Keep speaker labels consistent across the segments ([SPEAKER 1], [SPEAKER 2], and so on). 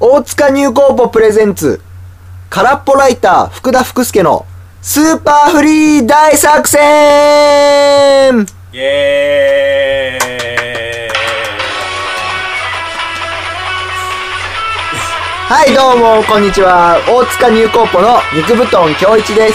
[SPEAKER 1] 大塚入高ポプレゼンツ空っぽライター福田福助のスーパーフリー大作戦
[SPEAKER 2] イエー
[SPEAKER 1] はいどうもこんにちは大塚入高ポの肉布団京一です、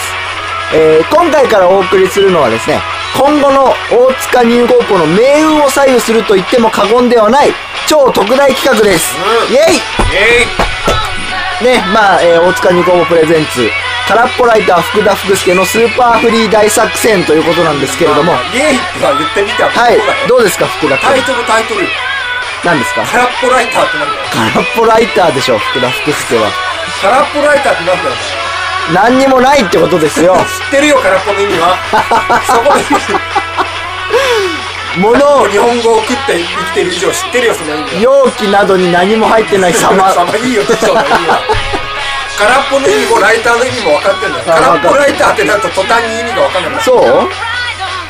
[SPEAKER 1] えー今回からお送りするのはですね今後の大塚入高ポの命運を左右すると言っても過言ではない超特大企画です、
[SPEAKER 2] うん
[SPEAKER 1] イエイ
[SPEAKER 2] イイエ
[SPEAKER 1] ね、まあ、えー大塚ニコボプレゼンツ、空っぽライター福田福助のスーパーフリー大作戦ということなんですけれども、
[SPEAKER 2] まあ
[SPEAKER 1] は
[SPEAKER 2] イエーイっては言ってみたら
[SPEAKER 1] い
[SPEAKER 2] そうだ、よ
[SPEAKER 1] どうですか、福田
[SPEAKER 2] タイ
[SPEAKER 1] 君。
[SPEAKER 2] トルタイトル
[SPEAKER 1] 何ですか
[SPEAKER 2] 空っぽライターってなんだよ
[SPEAKER 1] 空っぽライターでしょ、福田福助は。
[SPEAKER 2] 空っぽライターってなんだよ
[SPEAKER 1] 何にもないってことですよ
[SPEAKER 2] お前。知ってるよ空っぽの意味はそこの意味
[SPEAKER 1] 物を、
[SPEAKER 2] 日本語を食って生きてる以上知ってるよその意味は
[SPEAKER 1] 容器などに何も入ってない様。
[SPEAKER 2] さまいいよ師匠の意味は空っぽの意味もライターの意味も分かってんだよ
[SPEAKER 1] あ
[SPEAKER 2] 空っぽ
[SPEAKER 1] 分か
[SPEAKER 2] ライターってなると途端に意味が分かんなくなる
[SPEAKER 1] そう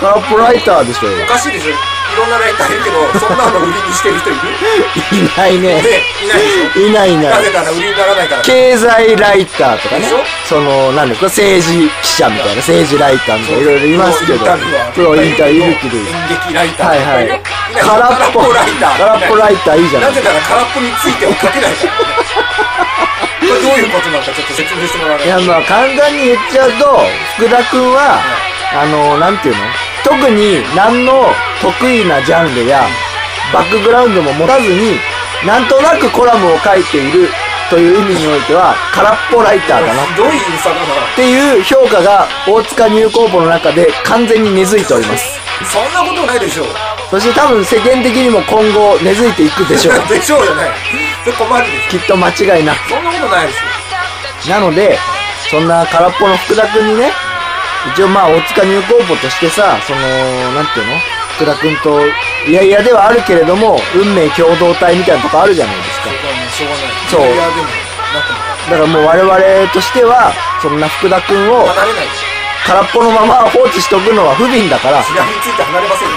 [SPEAKER 1] 空っぽライターでしょ。
[SPEAKER 2] おかしいでしょいろんなライターいるけどそんなの売りにしてる人いる
[SPEAKER 1] いないね。
[SPEAKER 2] ねいないでし
[SPEAKER 1] いないい
[SPEAKER 2] ょな
[SPEAKER 1] ない
[SPEAKER 2] ぜ。なら売りにならないから
[SPEAKER 1] 経済ライターとかね
[SPEAKER 2] でしょ、
[SPEAKER 1] その、なんですか、政治記者みたいな、政治ライターみたいな、いろいろいますけど、プロインタビューいるけど、
[SPEAKER 2] 演劇ライター
[SPEAKER 1] はいはい
[SPEAKER 2] な。
[SPEAKER 1] 空っぽ、
[SPEAKER 2] ライター
[SPEAKER 1] 空っぽライターいいじゃな
[SPEAKER 2] ないぜなら空っぽについては書け ないからねこれどういうことなのかちょっと説明してもらわない
[SPEAKER 1] いや、まあ、簡単に言っちゃうと、福田くんは、あの、なんていうの特に何の得意なジャンルや、バックグラウンドも持たずに、なんとなくコラムを書いているという意味においては、空っぽライターだな。
[SPEAKER 2] ひどいインスタだな
[SPEAKER 1] っていう評価が大塚入高簿の中で完全に根付いております。
[SPEAKER 2] そんなことないでしょう
[SPEAKER 1] そして多分世間的にも今後根付いていくで しょう。
[SPEAKER 2] でしょうじゃないそれ困るでし
[SPEAKER 1] きっと間違いなく。
[SPEAKER 2] ょそんなことないですよ
[SPEAKER 1] なので、そんな空っぽの福田くんにね、一応まあ大塚入高簿としてさ、その、なんていうの福田くんと、いやいやではあるけれども、運命共同体みたいなとこあるじゃないですか
[SPEAKER 2] そ。こはもうしょうがない
[SPEAKER 1] そう
[SPEAKER 2] いやでもなんかも
[SPEAKER 1] だからもう我々としては、そんな福田くんを
[SPEAKER 2] う離れないでしょ
[SPEAKER 1] 空っぽのまま放置しとくのは不憫だから、
[SPEAKER 2] しがみついて離れませんよ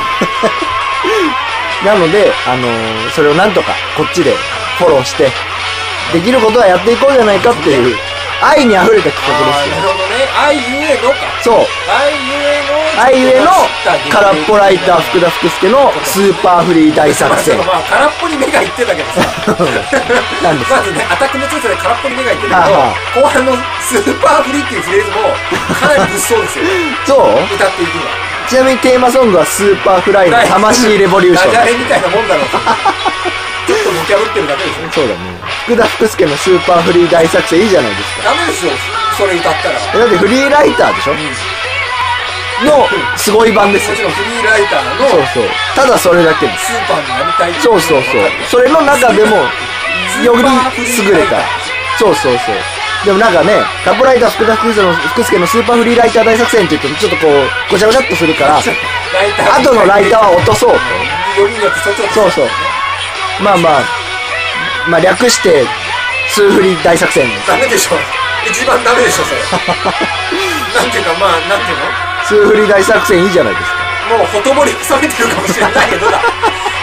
[SPEAKER 1] なので、あのーそれをなんとかこっちでフォローして、できることはやっていこうじゃないかっていう、愛に溢れた企画
[SPEAKER 2] あー
[SPEAKER 1] で
[SPEAKER 2] なるほどね愛ゆえのか
[SPEAKER 1] すよ。そう。
[SPEAKER 2] 愛ゆえの
[SPEAKER 1] 愛ゆえの空っぽライター
[SPEAKER 2] 田
[SPEAKER 1] 福田福助のスーパーフリー大作戦。
[SPEAKER 2] まあ空っぽに目がいってたけ どさ
[SPEAKER 1] なんですか
[SPEAKER 2] まずねアタックの強さで空っぽに目がいってた
[SPEAKER 1] は
[SPEAKER 2] け
[SPEAKER 1] あ
[SPEAKER 2] ど
[SPEAKER 1] は
[SPEAKER 2] 後半のスーパーフリーっていうフレーズもかなり物騒ですよ
[SPEAKER 1] そう
[SPEAKER 2] 歌っていくのは
[SPEAKER 1] ちなみにテーマソングはスーパーフライの魂レボリューション
[SPEAKER 2] ダ。ジャレみたいなもんだろうちょっとボキャブってるだけですね
[SPEAKER 1] そうだね。福田福助のスーパーフリー大作戦いいじゃないですか。
[SPEAKER 2] ダメですよそれ歌ったら
[SPEAKER 1] えだってフリーライターでしょの、すごい版ですよ
[SPEAKER 2] もち。ろんフリーライター
[SPEAKER 1] そう
[SPEAKER 2] の
[SPEAKER 1] そう。ただそれだけです。
[SPEAKER 2] スーパーになりたいってい
[SPEAKER 1] そうそうそう。それの中でも、より優れた。そうそうそう。でもなんかね、カップライター福田福助の福助のスーパーフリーライター大作戦って言ってもちょっとこう、ごちゃごちゃっとするから、
[SPEAKER 2] ライター
[SPEAKER 1] 後のライターは落とそうと。
[SPEAKER 2] よりによってそっちを
[SPEAKER 1] そうそう。まあまあ、まあ略して、スーフリ大作戦。
[SPEAKER 2] ダメでしょ一番ダメでしょ それなんていうかまあなんていう
[SPEAKER 1] スーフリ大作戦いいじゃないですか。
[SPEAKER 2] のもうほとぼり冷めてるかもしれない けどだ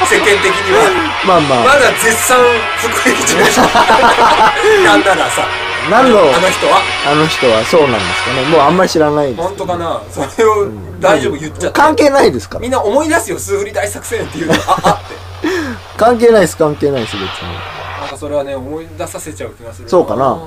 [SPEAKER 2] 世間的には
[SPEAKER 1] まあま
[SPEAKER 2] ま
[SPEAKER 1] あ、
[SPEAKER 2] だ絶賛服役 中でしょなんならさ
[SPEAKER 1] 何の、
[SPEAKER 2] あの人は
[SPEAKER 1] あの人はそうなんですかね。もうあんまり知らないです。
[SPEAKER 2] 本当かなそれを大丈夫言っちゃった
[SPEAKER 1] 関係ないですから
[SPEAKER 2] み。んな思い出すよ数振り大作戦って いうのああって
[SPEAKER 1] 関係ないです、関係ないです、別に。
[SPEAKER 2] なんかそれはね思い出させちゃう気がする
[SPEAKER 1] そうかな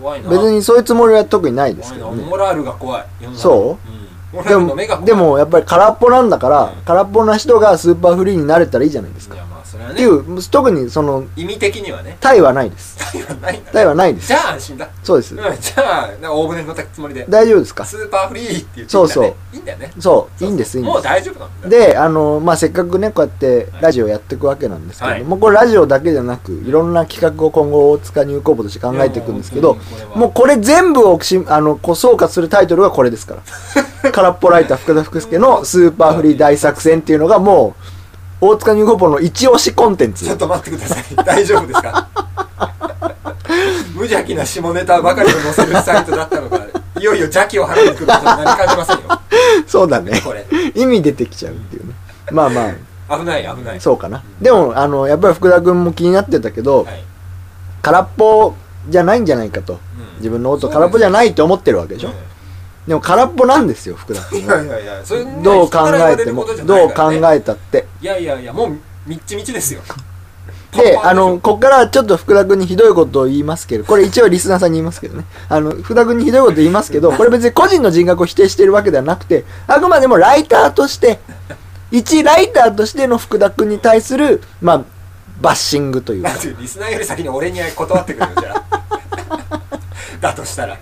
[SPEAKER 2] 怖いな
[SPEAKER 1] 別にそういうつもりは特にないですけ
[SPEAKER 2] 怖いな
[SPEAKER 1] どね。
[SPEAKER 2] モラルが怖い世の中
[SPEAKER 1] そ
[SPEAKER 2] うん、モラ
[SPEAKER 1] で
[SPEAKER 2] ルの目が
[SPEAKER 1] も、
[SPEAKER 2] 怖い
[SPEAKER 1] でもやっぱり空っぽなんだから、空っぽな人がスーパーフリーになれたらいいじゃないですか。
[SPEAKER 2] いやまあそれは
[SPEAKER 1] ってい
[SPEAKER 2] ね
[SPEAKER 1] う、特にその、
[SPEAKER 2] 意味的にはね
[SPEAKER 1] 対はないです。
[SPEAKER 2] 対はないんだね
[SPEAKER 1] 対はないです。
[SPEAKER 2] じゃあ安心だ
[SPEAKER 1] そうです。
[SPEAKER 2] うんじゃあなんか大船乗ったつもりで
[SPEAKER 1] 大丈夫ですか
[SPEAKER 2] スーパーフリーって言っていいんだね
[SPEAKER 1] そうそう
[SPEAKER 2] いいんだよね
[SPEAKER 1] そう、いいんです、いいん
[SPEAKER 2] もう
[SPEAKER 1] で
[SPEAKER 2] 大丈夫なん
[SPEAKER 1] す。
[SPEAKER 2] だ
[SPEAKER 1] で、あの、まあ、せっかくね、こうやってラジオやっていくわけなんですけれども、これラジオだけじゃなく、いろんな企画を今後、大塚入校部として考えていくんですけど
[SPEAKER 2] いやもう本当にこれ、は
[SPEAKER 1] もうこれ全部をし、あの、こう総括するタイトルがこれです から。空っぽライター福田福助のスーパーフリー大作戦っていうのがもう、大塚入校部の一押しコンテンツ
[SPEAKER 2] ちょ。っと待ってくださ い大丈夫ですか無邪気な下ネタばかりを載せるサイトだったのがいよいよ邪気を払ってくることに何感じませんよ
[SPEAKER 1] そうだね。
[SPEAKER 2] これ
[SPEAKER 1] 意味出てきちゃうっていうね。まあまあ、
[SPEAKER 2] 危ない危ない
[SPEAKER 1] そうかな。でも、あの、やっぱり福田君も気になってたけど、
[SPEAKER 2] はい
[SPEAKER 1] 空っぽじゃないんじゃないかと。
[SPEAKER 2] うん
[SPEAKER 1] 自分の音空っぽじゃないって思ってるわけでしょ。でも空っぽなんですよ、福田
[SPEAKER 2] うん
[SPEAKER 1] 君
[SPEAKER 2] い
[SPEAKER 1] は
[SPEAKER 2] やい。やいやそれね
[SPEAKER 1] どう
[SPEAKER 2] 人
[SPEAKER 1] 考
[SPEAKER 2] から言わ
[SPEAKER 1] え
[SPEAKER 2] れ
[SPEAKER 1] て
[SPEAKER 2] る
[SPEAKER 1] も
[SPEAKER 2] ことじ、ゃな
[SPEAKER 1] ど
[SPEAKER 2] いうから
[SPEAKER 1] 考
[SPEAKER 2] ね
[SPEAKER 1] えたって。
[SPEAKER 2] いやいやいやもうみっちみちですよ
[SPEAKER 1] で、あの、こっからちょっと福田君にひどいことを言いますけど、これ一応リスナーさんに言いますけどね。あの、福田君にひどいこと言いますけど、これ別に個人の人格を否定してるわけではなくて、あくまでもライターとして、一ライターとしての福田君に対する、まあ、バッシングというか
[SPEAKER 2] なん。ていうリスナーより先に俺に断ってくれるじゃ んだとしたら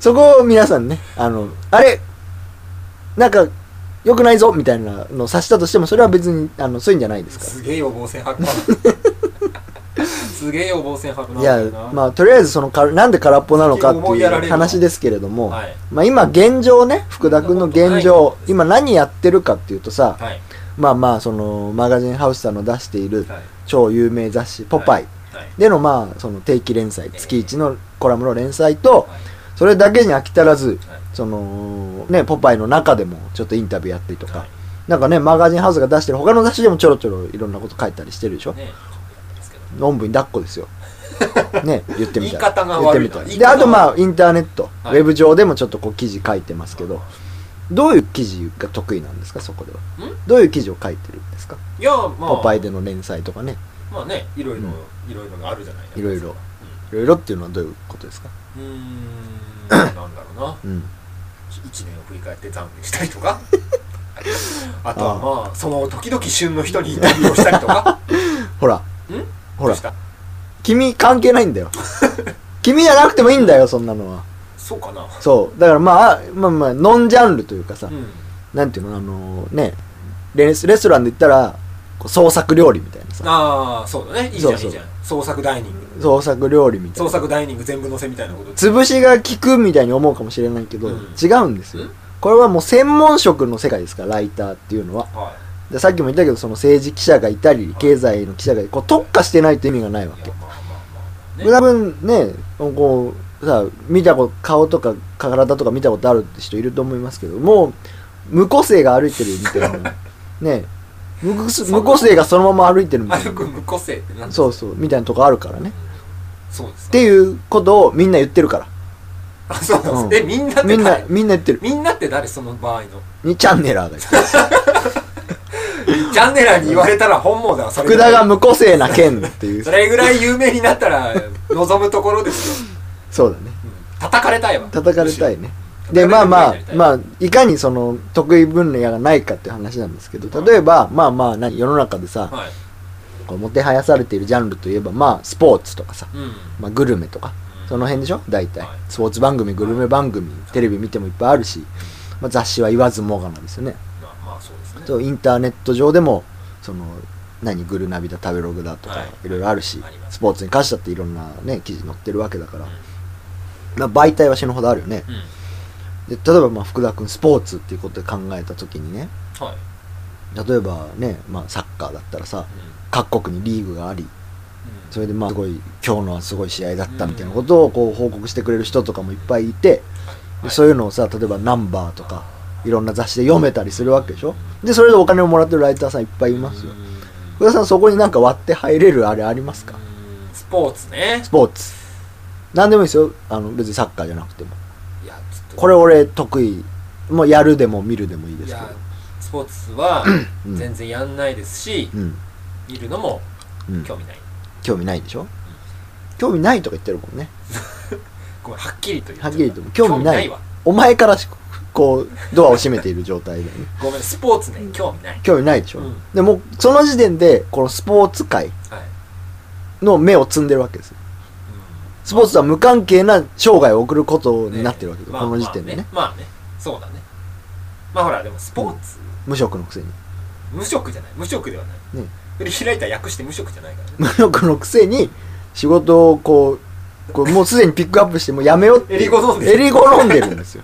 [SPEAKER 1] そこを皆さんね、あの、あれ、なんか、良くないぞみたいなのを察したとしても、それは別に、あの、そういうんじゃないですか
[SPEAKER 2] すげえ予防線吐くなすげえ予防線吐く
[SPEAKER 1] ら。
[SPEAKER 2] ない
[SPEAKER 1] や、まあ、とりあえず、そのか、なんで空っぽなのかって
[SPEAKER 2] 思い
[SPEAKER 1] い
[SPEAKER 2] やられ
[SPEAKER 1] う
[SPEAKER 2] る
[SPEAKER 1] 話ですけれども、
[SPEAKER 2] はい
[SPEAKER 1] まあ、今、現状ね、福田君の現
[SPEAKER 2] そんなこ
[SPEAKER 1] 状
[SPEAKER 2] とない、
[SPEAKER 1] 今何やってるかっていうとさ、
[SPEAKER 2] はい
[SPEAKER 1] まあまあ、その、マガジンハウスさんの出している
[SPEAKER 2] はい
[SPEAKER 1] 超有名雑誌、ポパイ
[SPEAKER 2] はい
[SPEAKER 1] での、まあ、その定期連載、
[SPEAKER 2] ええ
[SPEAKER 1] 月1のコラムの連載と、
[SPEAKER 2] はい
[SPEAKER 1] それだけに飽き足らず
[SPEAKER 2] はい、
[SPEAKER 1] その、ね、ポパイの中でもちょっとインタビューやったりとか
[SPEAKER 2] は、
[SPEAKER 1] なんかね、マガジンハウスが出してる他の雑誌でもちょろちょろいろんなこと書いたりしてるでしょ
[SPEAKER 2] い。ねですけど
[SPEAKER 1] おんぶに抱っこ ですよ。ね、言ってみたら。
[SPEAKER 2] 言い方が
[SPEAKER 1] 言って
[SPEAKER 2] 悪い
[SPEAKER 1] み
[SPEAKER 2] な
[SPEAKER 1] たら。
[SPEAKER 2] 言い
[SPEAKER 1] で、
[SPEAKER 2] 方が
[SPEAKER 1] あとまあ、インターネット、
[SPEAKER 2] はい
[SPEAKER 1] ウェブ上でもちょっとこう記事書いてますけど、どういう記事が得意なんですか、そこでは。どういう記事を書いてるんですか
[SPEAKER 2] いやまあ
[SPEAKER 1] ポパイでの連載とかね。
[SPEAKER 2] まあねいろいろ、
[SPEAKER 1] うん
[SPEAKER 2] いろいろがあるじゃないですか
[SPEAKER 1] いろいろいろいろっていうのはどういうことですか
[SPEAKER 2] うんうーんなんだろうな
[SPEAKER 1] うん。
[SPEAKER 2] 1年を振り返って残念したり とかあとはまあその時々旬の人にインタビューをしたりとか
[SPEAKER 1] ほら、
[SPEAKER 2] ん
[SPEAKER 1] ほ
[SPEAKER 2] どう
[SPEAKER 1] ら
[SPEAKER 2] し、た
[SPEAKER 1] 君関係ないんだ よ。君じゃなくてもいいんだよ、そんなのは。
[SPEAKER 2] そうかな
[SPEAKER 1] そう。だからまあ、まあまあ、ノンジャンルというかさ、
[SPEAKER 2] うん
[SPEAKER 1] なんていうの、あのね、レスレストランで行ったら、こう創作料理みたいなさ、
[SPEAKER 2] ああそうだねいいじゃ
[SPEAKER 1] そう
[SPEAKER 2] ん
[SPEAKER 1] そう
[SPEAKER 2] いいじゃん創作ダイニング
[SPEAKER 1] 創作料理みたい
[SPEAKER 2] 創
[SPEAKER 1] な。
[SPEAKER 2] 作ダイニング全部載せみたいなことです
[SPEAKER 1] 潰しが効くみたいに思うかもしれないけど、
[SPEAKER 2] うん
[SPEAKER 1] 違うんですよ
[SPEAKER 2] ん。
[SPEAKER 1] これはもう専門職の世界ですから、ライターっていうのは。
[SPEAKER 2] は
[SPEAKER 1] でさっきも言ったけど、その政治記者がいたり、経済の記者がいたり、こう特化してないと意味がないわ
[SPEAKER 2] いい
[SPEAKER 1] け
[SPEAKER 2] や。まあまあまあまあね
[SPEAKER 1] 多分ね、こう、さ、見たこと、顔とか体とか見たことある人いると思いますけど、もう、無個性が歩いてるみたい な、ね、無個
[SPEAKER 2] んな
[SPEAKER 1] 無個性がそのまま歩いてるみたい
[SPEAKER 2] 歩く無個性ってなん
[SPEAKER 1] な、
[SPEAKER 2] だ
[SPEAKER 1] そうそう、みたいなとこあるからね。
[SPEAKER 2] そうです
[SPEAKER 1] っていうことをみんな言ってる か
[SPEAKER 2] あそうなん
[SPEAKER 1] うん
[SPEAKER 2] ですえみんなっ
[SPEAKER 1] ら。み
[SPEAKER 2] て
[SPEAKER 1] んな
[SPEAKER 2] 誰、
[SPEAKER 1] みんな言ってる。
[SPEAKER 2] みんなって誰その場合の
[SPEAKER 1] にチャンネラーが言っ てる。
[SPEAKER 2] チャンネラーに言われたら本望だわそれ
[SPEAKER 1] 福
[SPEAKER 2] ぐら
[SPEAKER 1] 田
[SPEAKER 2] い
[SPEAKER 1] が無個性な剣っていう
[SPEAKER 2] そ。れぐらい有名になったら望むところですよ
[SPEAKER 1] そうだね。
[SPEAKER 2] うん叩かれたいわ
[SPEAKER 1] 叩かれたいね。
[SPEAKER 2] むし
[SPEAKER 1] で、
[SPEAKER 2] ろ
[SPEAKER 1] まあまあ
[SPEAKER 2] 叩かれる、ぐらいになりたい
[SPEAKER 1] まあ、いかにその、得意分野がないかっていう話なんですけど、例えば、まあまあ、何世の中でさ、
[SPEAKER 2] はい
[SPEAKER 1] こうもてはやされているジャンルといえばまあスポーツとかさ、
[SPEAKER 2] うん
[SPEAKER 1] まあ、グルメとかその辺でしょ大体、
[SPEAKER 2] はい
[SPEAKER 1] スポーツ番組グルメ番組テレビ見てもいっぱいあるし、まあ、雑誌は言わずもがなんですよね
[SPEAKER 2] まあまあそうですね
[SPEAKER 1] そうインターネット上でもその何グルナビだ食べログだとか、
[SPEAKER 2] はい
[SPEAKER 1] い、ろいろあるし
[SPEAKER 2] あります
[SPEAKER 1] スポーツに関してだっていろんなね記事載ってるわけだから、まあ、媒体は死ぬほどあるよね
[SPEAKER 2] うん
[SPEAKER 1] で例えばまあ福田君スポーツっていうことで考えた時にね
[SPEAKER 2] はい
[SPEAKER 1] 例えばね、まあ、サッカーだったらさ
[SPEAKER 2] うんうん
[SPEAKER 1] 各国にリーグがありそれでまあすごい今日のはすごい試合だったみたいなことをこう報告してくれる人とかもいっぱいいて、でそういうのをさ例えば「ナンバーとかいろんな雑誌で読めたりするわけでしょでそれでお金をもらってるライターさんいっぱいいますよ
[SPEAKER 2] うん
[SPEAKER 1] 福田さんそこになんか割って入れるあれありますか
[SPEAKER 2] うんスポーツね
[SPEAKER 1] スポーツ何でもいいですよあの別にサッカーじゃなくても
[SPEAKER 2] いやちょっと
[SPEAKER 1] これ俺得意もうやるでも見るでもいいで
[SPEAKER 2] い
[SPEAKER 1] すけ
[SPEAKER 2] や
[SPEAKER 1] ど
[SPEAKER 2] スポーツは
[SPEAKER 1] うん
[SPEAKER 2] 全然やんないですし、
[SPEAKER 1] うん
[SPEAKER 2] 見るのも
[SPEAKER 1] うん
[SPEAKER 2] 興味ない、
[SPEAKER 1] 興味ないでしょ興味ないとか言ってるもんね
[SPEAKER 2] ごめんはっきりと言っちゃ
[SPEAKER 1] はっ
[SPEAKER 2] っ
[SPEAKER 1] たきりと興味ない
[SPEAKER 2] わ
[SPEAKER 1] お前からしこうドアを閉めている状態だよね
[SPEAKER 2] ごめんスポーツね興味ない、
[SPEAKER 1] 興味ないでしょ、
[SPEAKER 2] うん
[SPEAKER 1] でもうその時点でこのスポーツ界
[SPEAKER 2] はい
[SPEAKER 1] の目を積んでるわけですよスポーツとは無関係な生涯を送ること
[SPEAKER 2] うん
[SPEAKER 1] になってるわけです、
[SPEAKER 2] まあ
[SPEAKER 1] この時点でね,、
[SPEAKER 2] まあね,、まあ、ねそうだねまあほらでもスポーツ、
[SPEAKER 1] 無職のくせに
[SPEAKER 2] 無職じゃない無職ではない、
[SPEAKER 1] ね
[SPEAKER 2] 振り開いたら訳して無職じゃないからね
[SPEAKER 1] 無職のくせに仕事をこうこうもうすでにピックアップしてもうやめようって
[SPEAKER 2] えり好んでる
[SPEAKER 1] えり好んでるん ですよ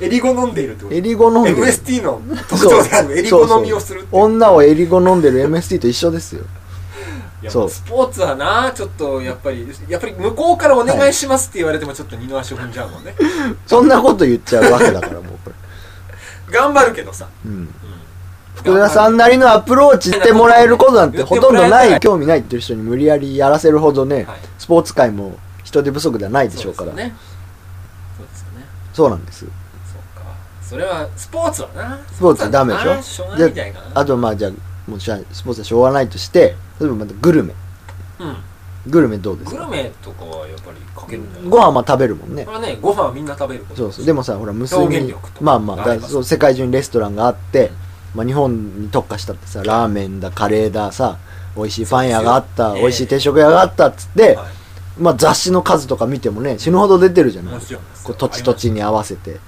[SPEAKER 2] エリゴ飲んでいるってこと
[SPEAKER 1] えり好んでる
[SPEAKER 2] MST の特徴であるエリゴ飲みをするっていう
[SPEAKER 1] 女をえり好んでる MST と一緒ですよ
[SPEAKER 2] いや
[SPEAKER 1] そう
[SPEAKER 2] もうスポーツはなちょっとやっぱりやっぱり向こうからお願いしますって言われてもちょっと二の足を踏んじゃうもんね
[SPEAKER 1] そんなこと言っちゃうわけだからもうこれ、
[SPEAKER 2] 頑張るけどさ、
[SPEAKER 1] うん、
[SPEAKER 2] うん
[SPEAKER 1] 福田さんなりのアプローチしてもらえることなんてほとんどない
[SPEAKER 2] 言って
[SPEAKER 1] 興味ないっていう人に無理やりやらせるほどね、
[SPEAKER 2] はい
[SPEAKER 1] スポーツ界も人手不足ではないでし
[SPEAKER 2] そ
[SPEAKER 1] ょ
[SPEAKER 2] う
[SPEAKER 1] う
[SPEAKER 2] で
[SPEAKER 1] か
[SPEAKER 2] す
[SPEAKER 1] ら
[SPEAKER 2] よねそうですよね
[SPEAKER 1] そうなんです
[SPEAKER 2] そうかそれはスポーツはなス
[SPEAKER 1] スポーツはダメでしょ
[SPEAKER 2] はなしょうがないみたいかな
[SPEAKER 1] あとまあじゃあもうしゃスポーツはしょうがないとして例えばまたグルメ
[SPEAKER 2] うん
[SPEAKER 1] グルメどうです
[SPEAKER 2] グル
[SPEAKER 1] か
[SPEAKER 2] メとかはやっぱりかけるんじゃない
[SPEAKER 1] ご飯は食べるもんね
[SPEAKER 2] これはねご飯はみんな食べること
[SPEAKER 1] そうそうでもさほら無数
[SPEAKER 2] 表現
[SPEAKER 1] に
[SPEAKER 2] 力と
[SPEAKER 1] まあまあだ
[SPEAKER 2] あります
[SPEAKER 1] そう世界中にレストランがあって、まあ、日本に特化したってさラーメンだカレーださ美味しいパン屋があった、
[SPEAKER 2] そうですよ
[SPEAKER 1] 美味しい定食屋があったっつって、
[SPEAKER 2] は
[SPEAKER 1] まあ、雑誌の数とか見てもね死ぬほど出てるじゃ
[SPEAKER 2] い
[SPEAKER 1] ない
[SPEAKER 2] もちろんです
[SPEAKER 1] こ
[SPEAKER 2] よ
[SPEAKER 1] う土地土地に合わせて、
[SPEAKER 2] はい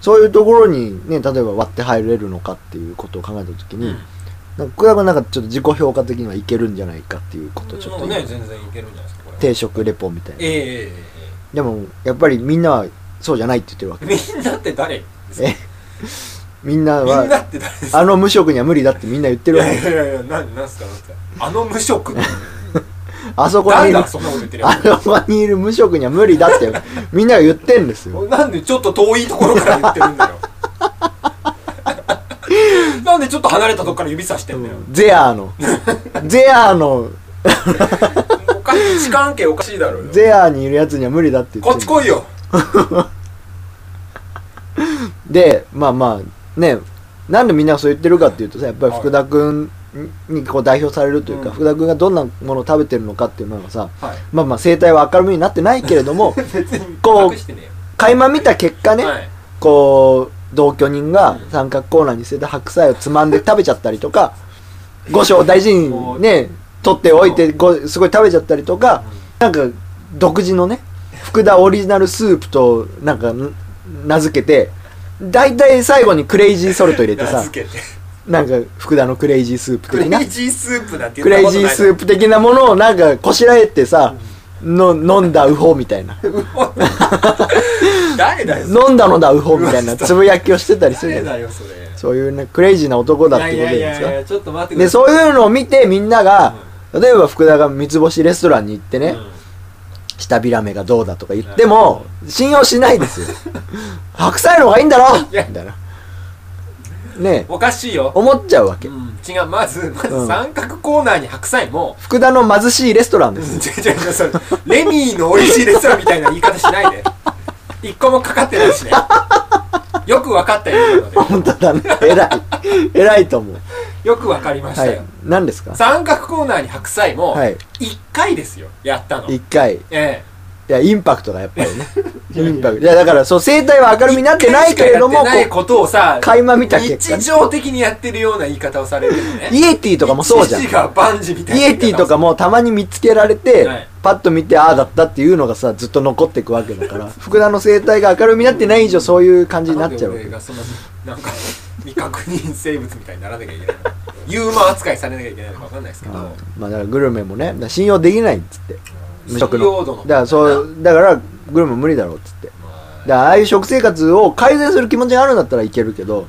[SPEAKER 1] そういうところにね例えば割って入れるのかっていうことを考えた時に、
[SPEAKER 2] うん
[SPEAKER 1] なんかこれはなんかちょっと自己評価的にはいけるんじゃないかっていうことをちょっ
[SPEAKER 2] も
[SPEAKER 1] と
[SPEAKER 2] う
[SPEAKER 1] 今、
[SPEAKER 2] ね全然いけるんじゃないですかこれは
[SPEAKER 1] 定食レポみたいな、
[SPEAKER 2] えええええ
[SPEAKER 1] でもやっぱりみんなはそうじゃないって言ってるわけ
[SPEAKER 2] えええみんなって誰ですか
[SPEAKER 1] えみんな
[SPEAKER 2] みんな
[SPEAKER 1] は
[SPEAKER 2] って誰ですか
[SPEAKER 1] あの無職には無理だってみんな言って
[SPEAKER 2] い
[SPEAKER 1] るわ
[SPEAKER 2] や
[SPEAKER 1] け
[SPEAKER 2] いやいやいやなんなんすかなんすかあの無職って
[SPEAKER 1] あそこに
[SPEAKER 2] 誰
[SPEAKER 1] いる
[SPEAKER 2] だそんなこと言ってるや
[SPEAKER 1] あそこにいる無職には無理だってみんなが言ってんですよ
[SPEAKER 2] つなんでちょっと遠いところから言ってるんだよ なんでちょっと離れたとこから指さしてんだよ、
[SPEAKER 1] ゼアーのゼアーの
[SPEAKER 2] おかしい時間係おかしいだろうよ
[SPEAKER 1] ゼアーにいるやつには無理だって言って
[SPEAKER 2] こ
[SPEAKER 1] る
[SPEAKER 2] っち来いよ
[SPEAKER 1] でまあまあねなんでみんながそう言ってるかっていうとさやっぱり
[SPEAKER 2] はい
[SPEAKER 1] 福田君にこう代表されるというか、
[SPEAKER 2] うん
[SPEAKER 1] 福田君がどんなものを食べてるのかっていうのがさ
[SPEAKER 2] はい
[SPEAKER 1] まあまあ生態は明るみになってないけれど も
[SPEAKER 2] 別に
[SPEAKER 1] こう
[SPEAKER 2] 隠してね
[SPEAKER 1] 垣間見た結果
[SPEAKER 2] え
[SPEAKER 1] ね、
[SPEAKER 2] よはい
[SPEAKER 1] こう同居人が
[SPEAKER 2] うん
[SPEAKER 1] 三角コーナーに捨てた白菜をつまんで食べちゃったりとか五章大事にね取っておいてこうすごい食べちゃったりとかなんか独自のね福田オリジナルスープとなんかん名付けて大体最後にクレイジーソルト入れて
[SPEAKER 2] 名
[SPEAKER 1] さ
[SPEAKER 2] 付けて
[SPEAKER 1] なんか福田のクレイジースープ
[SPEAKER 2] ク
[SPEAKER 1] 的
[SPEAKER 2] レ
[SPEAKER 1] な
[SPEAKER 2] イジースープなんて
[SPEAKER 1] ク
[SPEAKER 2] 言
[SPEAKER 1] レ
[SPEAKER 2] った
[SPEAKER 1] イ
[SPEAKER 2] こと
[SPEAKER 1] ジ
[SPEAKER 2] ない
[SPEAKER 1] ースープ的なものをなんかこしらえてさの飲んだウホみたいな
[SPEAKER 2] プ誰だよそれ
[SPEAKER 1] 飲んだのだウホみたい なつぶやきをしてたりするじゃ
[SPEAKER 2] 誰
[SPEAKER 1] ない
[SPEAKER 2] だよそれ
[SPEAKER 1] そういうね、クレイジーな男だってことじゃない
[SPEAKER 2] いや
[SPEAKER 1] で
[SPEAKER 2] い
[SPEAKER 1] す
[SPEAKER 2] やい
[SPEAKER 1] か。
[SPEAKER 2] やちょっと待ってく
[SPEAKER 1] で、
[SPEAKER 2] ださ
[SPEAKER 1] そういうのを見てみんなが、例えば福田が三つ星レストランに行って
[SPEAKER 2] い
[SPEAKER 1] ね、
[SPEAKER 2] うん
[SPEAKER 1] 下ビラメがどうだとか言っても、信用しないですよ。白菜の方がいいんだろみ
[SPEAKER 2] いや
[SPEAKER 1] たいな。ねえ、
[SPEAKER 2] おかしいよ、
[SPEAKER 1] 思っちゃうわけ
[SPEAKER 2] う。ん、違うまずま
[SPEAKER 1] う
[SPEAKER 2] ず
[SPEAKER 1] ん
[SPEAKER 2] 三角コーナーに白菜も、
[SPEAKER 1] 福田の貧しいレストランで
[SPEAKER 2] 違
[SPEAKER 1] す。
[SPEAKER 2] う違う違うそれレミーの美味しいレストランみたいな言い方しないで一個もかかってないしねよく分かったよ今ので
[SPEAKER 1] 本当だね。偉い。偉いと思う。
[SPEAKER 2] よく分かりまし
[SPEAKER 1] は
[SPEAKER 2] た
[SPEAKER 1] い
[SPEAKER 2] よ、。
[SPEAKER 1] 何ですか
[SPEAKER 2] 三角コーナーに白菜も
[SPEAKER 1] はい
[SPEAKER 2] 一回ですよやったの
[SPEAKER 1] 一回。い
[SPEAKER 2] え
[SPEAKER 1] や、インパクトがやっぱり ね。インパクト。いや、だから、そう、生態は明るみになって
[SPEAKER 2] え
[SPEAKER 1] ないけれども、
[SPEAKER 2] や
[SPEAKER 1] こ
[SPEAKER 2] ってないうことをさ
[SPEAKER 1] 垣間見た結果ね
[SPEAKER 2] 日常的にやってるような言い方をされるのね
[SPEAKER 1] イエティとかもそうじゃん
[SPEAKER 2] 一。時が万事みたい
[SPEAKER 1] イ
[SPEAKER 2] な
[SPEAKER 1] エティとかもたまに見つけられて、
[SPEAKER 2] はい
[SPEAKER 1] パッと見てああだったっていうのがさずっと残っていくわけだ から福田の生態が明るみになってない以上そういう感じになっちゃうわ
[SPEAKER 2] な
[SPEAKER 1] け
[SPEAKER 2] んで俺がそんななんか未確認生物みたいにならなきゃいけないのユーマー扱いされなきゃいけないのか分かんないですけど、
[SPEAKER 1] あーまあだからグルメもねだから信用できないっつって無職
[SPEAKER 2] 信用
[SPEAKER 1] の
[SPEAKER 2] 度の
[SPEAKER 1] だからそうだからグルメ無理だろうっつってだからああいう食生活を改善する気持ちがあるんだったらいけるけど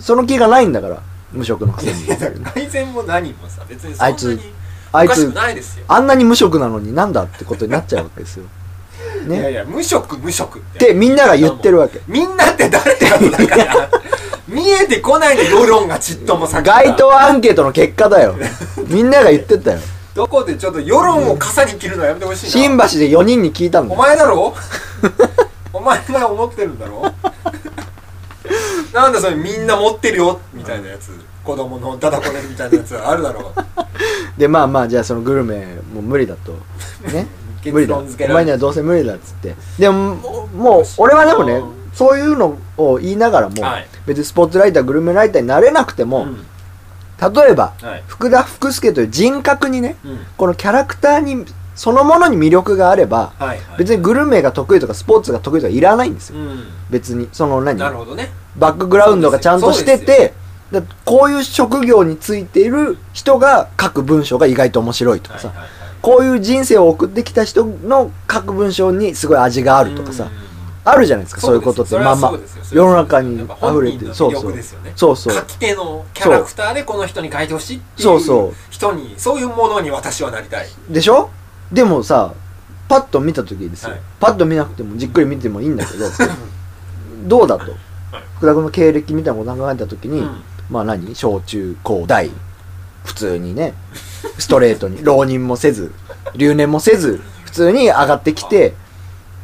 [SPEAKER 1] その気がないんだから無職のくせに
[SPEAKER 2] いやだから改善も何もさ別にそん
[SPEAKER 1] あ
[SPEAKER 2] ない
[SPEAKER 1] つ
[SPEAKER 2] に
[SPEAKER 1] あ
[SPEAKER 2] お
[SPEAKER 1] い
[SPEAKER 2] かしく
[SPEAKER 1] つ
[SPEAKER 2] ないですよ
[SPEAKER 1] あんなに無職なのになんだってことになっちゃうわけですよ
[SPEAKER 2] いや
[SPEAKER 1] ね
[SPEAKER 2] いや無職無職
[SPEAKER 1] っ
[SPEAKER 2] っ
[SPEAKER 1] てみんなが言ってるわけ
[SPEAKER 2] みんなって誰だよだから見えてこないで世論がちっともさっきから
[SPEAKER 1] 街頭アンケートの結果だよみんなが言ってたよ
[SPEAKER 2] どこでちょっと世論を傘に切るのはやめてほしいな
[SPEAKER 1] 新橋で4人に聞いたんだ
[SPEAKER 2] お
[SPEAKER 1] よ
[SPEAKER 2] 前だろお前が思ってるんだろなんだそれみんな持ってるよみたいなやつ子供のダダこねみたいなやつあるだろ
[SPEAKER 1] でまあまあじゃあそのグルメもう無理だとね
[SPEAKER 2] 結
[SPEAKER 1] 無理だ
[SPEAKER 2] 論
[SPEAKER 1] お
[SPEAKER 2] 付けられる
[SPEAKER 1] 前にはどうせ無理だっつってでももうもう俺はでもねそういうのを言いながらも、
[SPEAKER 2] はい
[SPEAKER 1] 別にスポーツライターグルメライターになれなくても、
[SPEAKER 2] うん
[SPEAKER 1] 例えば
[SPEAKER 2] はい
[SPEAKER 1] 福田福助という人格にね
[SPEAKER 2] うん
[SPEAKER 1] このキャラクターにそのものに魅力があれば
[SPEAKER 2] はいはい
[SPEAKER 1] 別にグルメが得意とかスポーツが得意とかいらないんですよ
[SPEAKER 2] う
[SPEAKER 1] 別にその
[SPEAKER 2] ん
[SPEAKER 1] 何
[SPEAKER 2] なるほどね
[SPEAKER 1] バックグラウンドがちゃんとして
[SPEAKER 2] そうです
[SPEAKER 1] て、だこういう職業についている人が書く文章が意外と面白いとか
[SPEAKER 2] はい
[SPEAKER 1] さ、
[SPEAKER 2] はいはい
[SPEAKER 1] こういう人生を送ってきた人の書く文章にすごい味があるとかさ、
[SPEAKER 2] うん
[SPEAKER 1] あるじゃないですか、そういうことって、
[SPEAKER 2] それ
[SPEAKER 1] ま
[SPEAKER 2] は
[SPEAKER 1] あまあ
[SPEAKER 2] そうですよ、それ
[SPEAKER 1] 世の
[SPEAKER 2] はそうです
[SPEAKER 1] 中
[SPEAKER 2] よ
[SPEAKER 1] に
[SPEAKER 2] やっぱ本
[SPEAKER 1] 溢れ
[SPEAKER 2] 人
[SPEAKER 1] て
[SPEAKER 2] の
[SPEAKER 1] る、そ
[SPEAKER 2] 魅
[SPEAKER 1] うそ
[SPEAKER 2] 力
[SPEAKER 1] う
[SPEAKER 2] ですよね。
[SPEAKER 1] そうそう
[SPEAKER 2] 書き手のキャラクターでこの人に書いてほしいってい
[SPEAKER 1] そうそう
[SPEAKER 2] 人にそういうものに私はなりたい
[SPEAKER 1] でしょでもさ、パッと見た時ですよ、
[SPEAKER 2] はい
[SPEAKER 1] パッと見なくてもじっくり見て もいいんだけど、どうだと、福田君の経歴みたいなことを考えた時に、
[SPEAKER 2] うん
[SPEAKER 1] まあ何小中高大普通にねストレート に浪人もせず留年もせず普通に上がってきて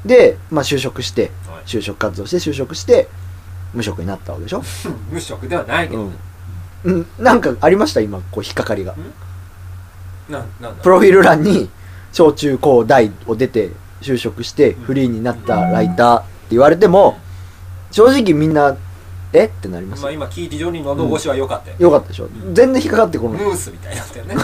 [SPEAKER 1] で、まあ、就職して
[SPEAKER 2] はい
[SPEAKER 1] 就職活動して就職して無職になったわけでしょ
[SPEAKER 2] 無職ではないけ
[SPEAKER 1] う
[SPEAKER 2] ど、
[SPEAKER 1] ん、うん、なんかありました今こう引っかかりが
[SPEAKER 2] なんなんだ
[SPEAKER 1] プロフィール欄に小中高大を出て就職して
[SPEAKER 2] ん
[SPEAKER 1] フリーになったライターって言われても正直みんなえってなります
[SPEAKER 2] まあ、今聞いて非常に喉越しは良かったよ、
[SPEAKER 1] よかったでしょ全然引っかかってこ
[SPEAKER 2] ム
[SPEAKER 1] ない
[SPEAKER 2] ースみたいだったよ ね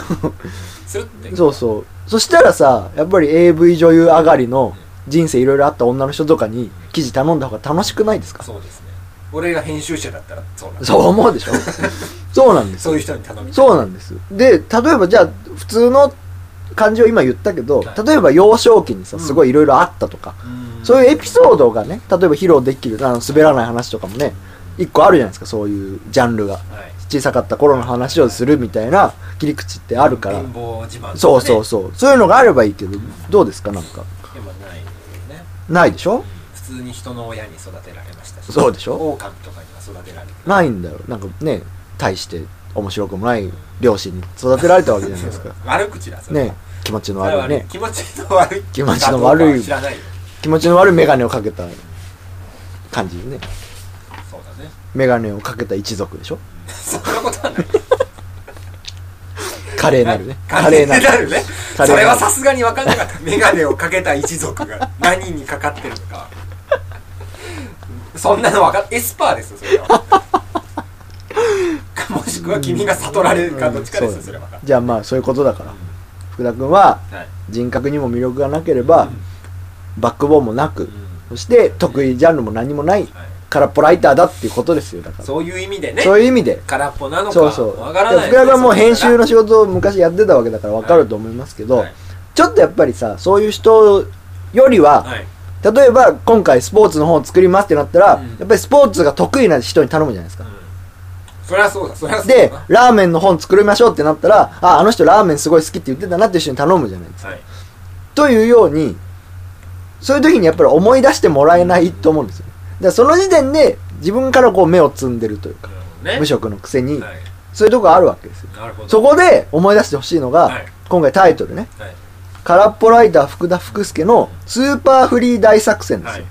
[SPEAKER 2] スルッて
[SPEAKER 1] そうそうそしたらさやっぱり AV 女優上がりの人生いろいろあった女の人とかに記事頼んだ方が楽しくないですか
[SPEAKER 2] そうですね俺が編集者だったらそうなんだ
[SPEAKER 1] そう思う でしょそうなんです
[SPEAKER 2] そういう人に頼み
[SPEAKER 1] そうなんですで例えばじゃあ普通の漢字を今言ったけど
[SPEAKER 2] はい
[SPEAKER 1] 例えば幼少期にさ
[SPEAKER 2] うん
[SPEAKER 1] すごいいろいろあったとか、
[SPEAKER 2] うん
[SPEAKER 1] そういうエピソードがね、例えば披露できる、あの滑らない話とかもね、一個あるじゃないですか、そういうジャンルが。
[SPEAKER 2] はい
[SPEAKER 1] 小さかった頃の話をするみたいな切り口ってあるから。
[SPEAKER 2] 貧乏自慢とかね
[SPEAKER 1] そうそうそう。そういうのがあればいいけど、どうですかなんか。
[SPEAKER 2] でもないよね
[SPEAKER 1] ないでしょ
[SPEAKER 2] 普通に人の親に育てられましたし
[SPEAKER 1] そうでしょ
[SPEAKER 2] 狼とかには育てられてる
[SPEAKER 1] ないんだよ。なんかね、大して面白くもない両親に育てられたわけじゃないですか。
[SPEAKER 2] 悪口だそれ
[SPEAKER 1] ね、気持ちの
[SPEAKER 2] それは
[SPEAKER 1] 悪い
[SPEAKER 2] ね
[SPEAKER 1] ね。
[SPEAKER 2] 気持ちの悪い
[SPEAKER 1] 気持ちの悪い
[SPEAKER 2] かどうかは知らないよ
[SPEAKER 1] 気持ちの悪いメガネをかけた感じね。
[SPEAKER 2] そうだね
[SPEAKER 1] メガネをかけた一族でしょ
[SPEAKER 2] そんなことはない
[SPEAKER 1] 華麗なるね。
[SPEAKER 2] 華
[SPEAKER 1] 華麗
[SPEAKER 2] 麗な
[SPEAKER 1] な
[SPEAKER 2] る
[SPEAKER 1] る。
[SPEAKER 2] ね
[SPEAKER 1] 華麗なる
[SPEAKER 2] それはさすがに分かんなかった眼鏡をかけた一 族が何にかかってるのかそんなの分かっエスパーですよそれはもしくは君が悟られるかどっちかですよそれはは
[SPEAKER 1] じゃあまあそういうことだから福田君はい人格にも魅力がなければバックボーンもなくそして得意ジャンルも何もない
[SPEAKER 2] はい
[SPEAKER 1] 空っぽライターだっていうことですよだから
[SPEAKER 2] そういう意味でね
[SPEAKER 1] そういう意味で
[SPEAKER 2] 空っぽなのか
[SPEAKER 1] そうそう
[SPEAKER 2] 分からない
[SPEAKER 1] 福田君はもう編集
[SPEAKER 2] の
[SPEAKER 1] の仕事を昔やってたわけだから分かると思いますけど
[SPEAKER 2] はい
[SPEAKER 1] ちょっとやっぱりさそういう人よりは
[SPEAKER 2] はい
[SPEAKER 1] 例えば今回スポーツの本を作りますってなったら
[SPEAKER 2] うん
[SPEAKER 1] やっぱりスポーツが得意な人に頼むじゃないですか
[SPEAKER 2] うんそりゃそうだそりゃそうだ
[SPEAKER 1] で
[SPEAKER 2] は
[SPEAKER 1] ラーメンの本作りましょうってなったらああの人ラーメンすごい好きって言ってたなっていう人に頼むじゃないですか
[SPEAKER 2] い
[SPEAKER 1] というようにそういう時にやっぱり思い出してもらえないと思うんですよねだからその時点で自分からこう目をつんでるというか
[SPEAKER 2] ね
[SPEAKER 1] 無職のくせに
[SPEAKER 2] はい
[SPEAKER 1] そういうとこがあるわけですよ
[SPEAKER 2] なるほど
[SPEAKER 1] そこで思い出してほしいのが、
[SPEAKER 2] はい
[SPEAKER 1] 今回タイトルね
[SPEAKER 2] はいはい
[SPEAKER 1] 「空っぽライター福田福助のスーパーフリー大作戦」です
[SPEAKER 2] はい
[SPEAKER 1] よ、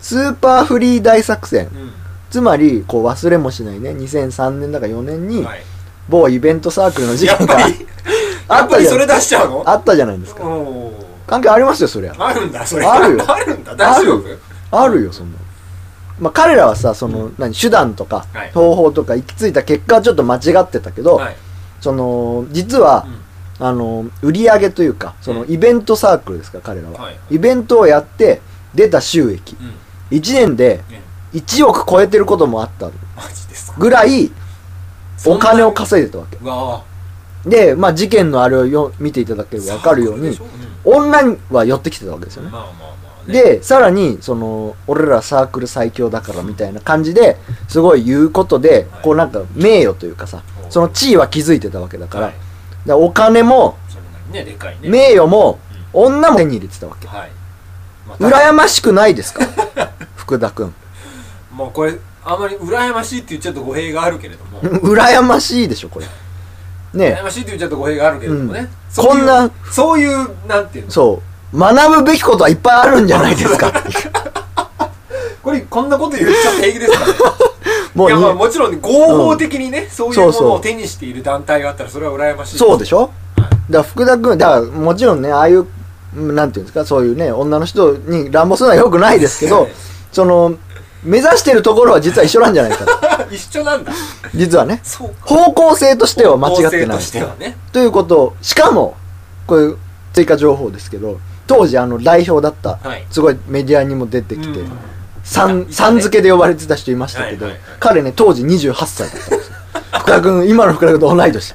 [SPEAKER 1] スーパーフリー大作戦
[SPEAKER 2] うん
[SPEAKER 1] つまりこう忘れもしないね2003年だか4年に
[SPEAKER 2] はい
[SPEAKER 1] 某イベントサークルの事
[SPEAKER 2] や
[SPEAKER 1] 件
[SPEAKER 2] っ
[SPEAKER 1] が
[SPEAKER 2] ぱり
[SPEAKER 1] あ
[SPEAKER 2] や
[SPEAKER 1] っ
[SPEAKER 2] っぱ
[SPEAKER 1] た
[SPEAKER 2] り
[SPEAKER 1] じゃ
[SPEAKER 2] そ
[SPEAKER 1] な
[SPEAKER 2] れ
[SPEAKER 1] い
[SPEAKER 2] 出しちゃうの
[SPEAKER 1] あったじゃないですか
[SPEAKER 2] おー
[SPEAKER 1] 関係ありますよそりゃ
[SPEAKER 2] あるんだそれ
[SPEAKER 1] あるよ
[SPEAKER 2] あるんだ大丈夫
[SPEAKER 1] あるよそんなのまあ彼らはさその、何手段とか、
[SPEAKER 2] はい
[SPEAKER 1] 方法とか行き着いた結果はちょっと間違ってたけど、
[SPEAKER 2] はい
[SPEAKER 1] その実は、あの売り上げというかその
[SPEAKER 2] う
[SPEAKER 1] イベントサークルですから彼らは、
[SPEAKER 2] はい
[SPEAKER 1] イベントをやって出た収益
[SPEAKER 2] うんうん
[SPEAKER 1] 1年で
[SPEAKER 2] ね
[SPEAKER 1] 1億超えてることもあった
[SPEAKER 2] マジですか
[SPEAKER 1] ぐらいお金を
[SPEAKER 2] か
[SPEAKER 1] 稼いでたわけ
[SPEAKER 2] うわ
[SPEAKER 1] で、まあ、事件のあれをよ見ていただければ分かるように
[SPEAKER 2] サークルでし
[SPEAKER 1] 女には寄ってきてたわけです
[SPEAKER 2] ょ
[SPEAKER 1] よ
[SPEAKER 2] うん
[SPEAKER 1] ね
[SPEAKER 2] まあまあまあね
[SPEAKER 1] で、さらに、その、俺らサークル最強だからみたいな感じで、すごい言うことで、
[SPEAKER 2] はい
[SPEAKER 1] こうなんか名誉というかさ、その地位は築いてたわけだから、
[SPEAKER 2] はい
[SPEAKER 1] だからお金も、
[SPEAKER 2] それなりにねでかいね
[SPEAKER 1] 名誉も、女も手に入れてたわけ。
[SPEAKER 2] はいまあ
[SPEAKER 1] 羨ましくないです か福田くん。
[SPEAKER 2] もうこれあんまり羨ましいって言っちゃうと語弊があるけれども
[SPEAKER 1] 羨ましいでしょ、これ。ね
[SPEAKER 2] 羨ましいって言っちゃうと語弊があるけれども
[SPEAKER 1] う
[SPEAKER 2] ね
[SPEAKER 1] ん
[SPEAKER 2] そういう
[SPEAKER 1] こんな
[SPEAKER 2] そういうなんてい
[SPEAKER 1] え、
[SPEAKER 2] うの
[SPEAKER 1] そう。学ぶべきことはいっぱいあるんじゃないですか。
[SPEAKER 2] これこんなこと言っちゃ平気ですからね
[SPEAKER 1] もう
[SPEAKER 2] いやまあ
[SPEAKER 1] に、
[SPEAKER 2] もちろん合法的にね、そういうものを手にしている団体があったらそれは羨ましい
[SPEAKER 1] そうで
[SPEAKER 2] し
[SPEAKER 1] しょだから福田くん、だからもちろんね、ああいう、うんなんていうんですか、そういうね、女の人に乱暴するのは良くないですけ ど、その、目指してるところは実は一緒なんじゃないか と。
[SPEAKER 2] ょ 一緒なんだ
[SPEAKER 1] 実はね。
[SPEAKER 2] そうか
[SPEAKER 1] 方向性としては間違ってな
[SPEAKER 2] 構成
[SPEAKER 1] い
[SPEAKER 2] と。してはね
[SPEAKER 1] ということ、しかも、これ、追加情報ですけど、当時あの代表だった、
[SPEAKER 2] はい
[SPEAKER 1] すごいメディアにも出てきて、
[SPEAKER 2] うん
[SPEAKER 1] さ
[SPEAKER 2] いたい
[SPEAKER 1] ん
[SPEAKER 2] たね
[SPEAKER 1] さん付けで呼ばれてた人いましたけど、
[SPEAKER 2] はいはいはい
[SPEAKER 1] 彼ね、当時28歳だったんです よ。福田君、今の福田君と同い年。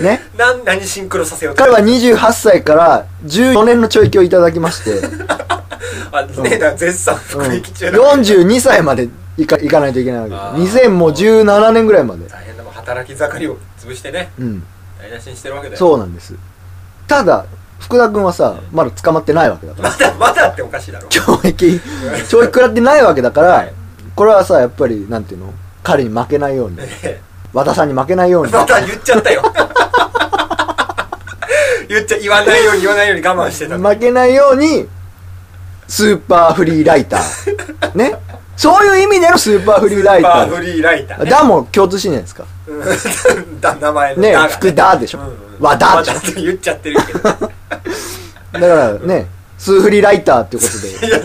[SPEAKER 1] ね。
[SPEAKER 2] なん何シンクロさせようと
[SPEAKER 1] 彼は28歳から14年の懲役をいただきまして、
[SPEAKER 2] あねだから絶賛
[SPEAKER 1] うん、
[SPEAKER 2] 服役中だから
[SPEAKER 1] 42歳までいかいかないといけないわ
[SPEAKER 2] あ
[SPEAKER 1] け
[SPEAKER 2] ー
[SPEAKER 1] です2017年ぐらいまで、
[SPEAKER 2] 大変だもん働き盛りを潰してね
[SPEAKER 1] うん、
[SPEAKER 2] 台無しにしてるわけだよ
[SPEAKER 1] そうなんですただ福田君はさまだ捕まってないわけだから
[SPEAKER 2] まだまだっておかしいだろ
[SPEAKER 1] 懲役懲役食らってないわけだから、
[SPEAKER 2] はい
[SPEAKER 1] これはさやっぱりなんていうの彼に負けないように
[SPEAKER 2] ね
[SPEAKER 1] 和田さんに負けないように。
[SPEAKER 2] また言っちゃったよ 言っちゃ言わないように言わないように我慢してた、
[SPEAKER 1] 負けないように、スーパーフリーライター。ね。そういう意味でのスーパーフリーライタ
[SPEAKER 2] パ
[SPEAKER 1] ー
[SPEAKER 2] ー。フリーライターね
[SPEAKER 1] だも共通してんじゃないですか。
[SPEAKER 2] うんだ 名前の
[SPEAKER 1] ね
[SPEAKER 2] だが
[SPEAKER 1] 福田でしょ和田でしょ
[SPEAKER 2] 和って言っちゃってるけど
[SPEAKER 1] だからね、スーフリーライターっていうこと
[SPEAKER 2] いや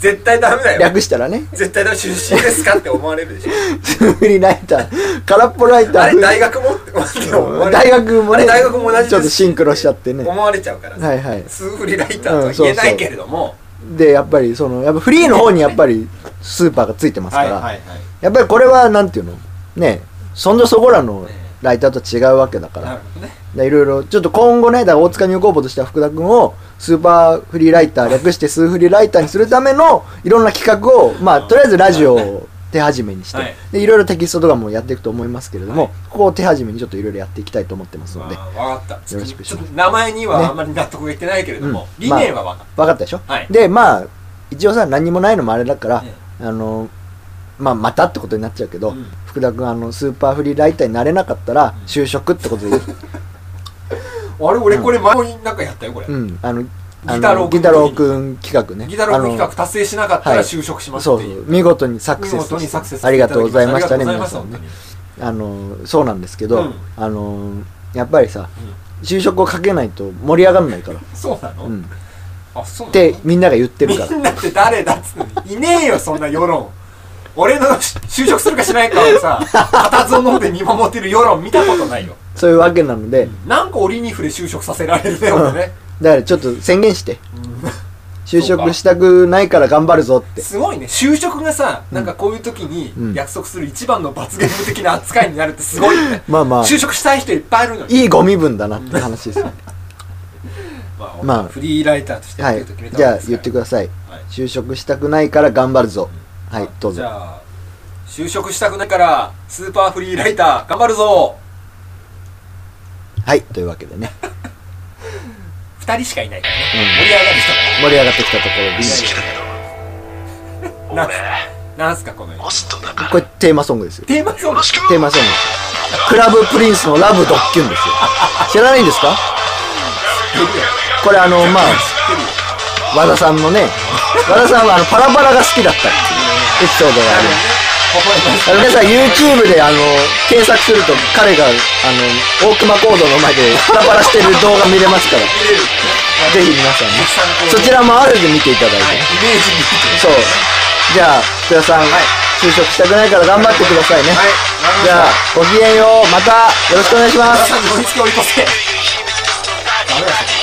[SPEAKER 2] 絶対ダメだ
[SPEAKER 1] で、
[SPEAKER 2] よ
[SPEAKER 1] 略したらね、
[SPEAKER 2] 絶対ダメ出身ですかって思われる でしょ
[SPEAKER 1] スーフリーライター、空っぽライター。
[SPEAKER 2] あれ大学もって思われる
[SPEAKER 1] 大学も
[SPEAKER 2] あれ
[SPEAKER 1] ね、
[SPEAKER 2] 大学も同じです
[SPEAKER 1] ちょっとシンクロしちゃってね。
[SPEAKER 2] 思われちゃうから
[SPEAKER 1] はいはい。
[SPEAKER 2] 数フリライターとは言えないけれども、
[SPEAKER 1] で、やっぱりその、やっぱフリーの方にやっぱりスーパーがついてますから、
[SPEAKER 2] いはい
[SPEAKER 1] やっぱりこれはなんていうのね、そんじょそこらのライターと違うわけだか
[SPEAKER 2] なる
[SPEAKER 1] ら、
[SPEAKER 2] ほどね
[SPEAKER 1] でいろいろ、ちょっと今後ね、だから大塚入候補としては福田君をスーパーフリーライター、略してスーフリーライターにするためのいろんな企画を、まあ、とりあえずラジオを手始めにして、
[SPEAKER 2] はい
[SPEAKER 1] でいろいろテキストとかもやっていくと思いますけれども、
[SPEAKER 2] はい
[SPEAKER 1] ここを手始めにちょっといろいろやっていきたいと思ってますの
[SPEAKER 2] ま
[SPEAKER 1] で、
[SPEAKER 2] あ、分かった
[SPEAKER 1] よろしくし
[SPEAKER 2] ちょ
[SPEAKER 1] ま
[SPEAKER 2] っ
[SPEAKER 1] す
[SPEAKER 2] と名前にはあんまり納得がいってないけれども、
[SPEAKER 1] うん
[SPEAKER 2] 理念は分かっ
[SPEAKER 1] 分かったでしょ、
[SPEAKER 2] はい
[SPEAKER 1] でまあ一応さ何にもないのもあれだから、あのまあまたってことになっちゃうけど、
[SPEAKER 2] うん
[SPEAKER 1] 福田君あのスーパーフリーライターになれなかったら
[SPEAKER 2] うん
[SPEAKER 1] 就職ってことで、
[SPEAKER 2] た、あれ俺これ前になんかやったよこれ、
[SPEAKER 1] うん、あのあ
[SPEAKER 2] ギタロ
[SPEAKER 1] の
[SPEAKER 2] ウ君
[SPEAKER 1] ギタロウ君企画ね
[SPEAKER 2] ギタロー企画達成しなかった
[SPEAKER 1] は
[SPEAKER 2] ら
[SPEAKER 1] い
[SPEAKER 2] 就職し
[SPEAKER 1] あ
[SPEAKER 2] ま
[SPEAKER 1] の
[SPEAKER 2] す
[SPEAKER 1] そう
[SPEAKER 2] っ
[SPEAKER 1] そ
[SPEAKER 2] ていう
[SPEAKER 1] う見事にサク
[SPEAKER 2] 見
[SPEAKER 1] セス
[SPEAKER 2] 事にサクセス
[SPEAKER 1] ありがとうございましたね
[SPEAKER 2] あり
[SPEAKER 1] 皆
[SPEAKER 2] がと
[SPEAKER 1] さ
[SPEAKER 2] うんご
[SPEAKER 1] ね
[SPEAKER 2] ざいま
[SPEAKER 1] あのそうなんですけど、
[SPEAKER 2] うん
[SPEAKER 1] あのやっぱりさ就職をかけないと盛り上がらないから、
[SPEAKER 2] した本当にそうなの、
[SPEAKER 1] うん、
[SPEAKER 2] あそうなの
[SPEAKER 1] ってみんなが言ってるから
[SPEAKER 2] みんなって誰だっつっていねえよそんな世論俺の就職するかしないかをさ固唾を飲んで見守ってる世論見たことないよ
[SPEAKER 1] そういうわけなので、
[SPEAKER 2] なんか折に触れ就職させられるね俺ね
[SPEAKER 1] だからちょっと宣言して就
[SPEAKER 2] そうか
[SPEAKER 1] 職したくないから頑張るぞって
[SPEAKER 2] すごいね就職がさなんかこういう時
[SPEAKER 1] うん
[SPEAKER 2] に約束する一番の罰ゲーム的な扱いになるってすごいよね
[SPEAKER 1] まあまあ
[SPEAKER 2] 就職したい人いっぱいいるのに
[SPEAKER 1] いいご身分だなって話ですよね
[SPEAKER 2] ま
[SPEAKER 1] まあ
[SPEAKER 2] フリーライターとして やっ
[SPEAKER 1] は
[SPEAKER 2] て
[SPEAKER 1] い
[SPEAKER 2] ると決めた
[SPEAKER 1] じ
[SPEAKER 2] わ
[SPEAKER 1] ゃあ
[SPEAKER 2] けです
[SPEAKER 1] 言ってください
[SPEAKER 2] からはい
[SPEAKER 1] 就職したくないから頑張るぞはいどう
[SPEAKER 2] じ
[SPEAKER 1] ぞ
[SPEAKER 2] ゃあ就職したくないからスーパーフリーライター頑張るぞ
[SPEAKER 1] はいというわけでね
[SPEAKER 2] 二人しかいないからね
[SPEAKER 1] うん
[SPEAKER 2] 盛り上がる人が
[SPEAKER 1] 盛り上がってきたところ
[SPEAKER 3] 好き
[SPEAKER 1] で
[SPEAKER 3] だけど
[SPEAKER 2] な
[SPEAKER 3] 俺
[SPEAKER 2] んすなんすかこの
[SPEAKER 3] ホストだから
[SPEAKER 1] これテーマソングですよ
[SPEAKER 2] テーマソング
[SPEAKER 3] よろしく
[SPEAKER 1] テーマソングクラブプリンスのラブドッキュンですよ知らないんですかこれあのまあ和田さんのね和田さんはあのパラパラが好きだったっていうエピソードがありますあの皆さん YouTube であの検索すると彼があの大熊講堂の前でパラパラしてる動画見れますからぜひ皆さんねそちらもあるで見ていただいて、
[SPEAKER 2] イメージに
[SPEAKER 1] そうじゃあ福田さん、就職したくないから頑張ってくださいね、
[SPEAKER 2] はい
[SPEAKER 1] じゃあごきげんようまたよろしくお願いします
[SPEAKER 2] 皆さんに追いつけ追い越せダメだそれ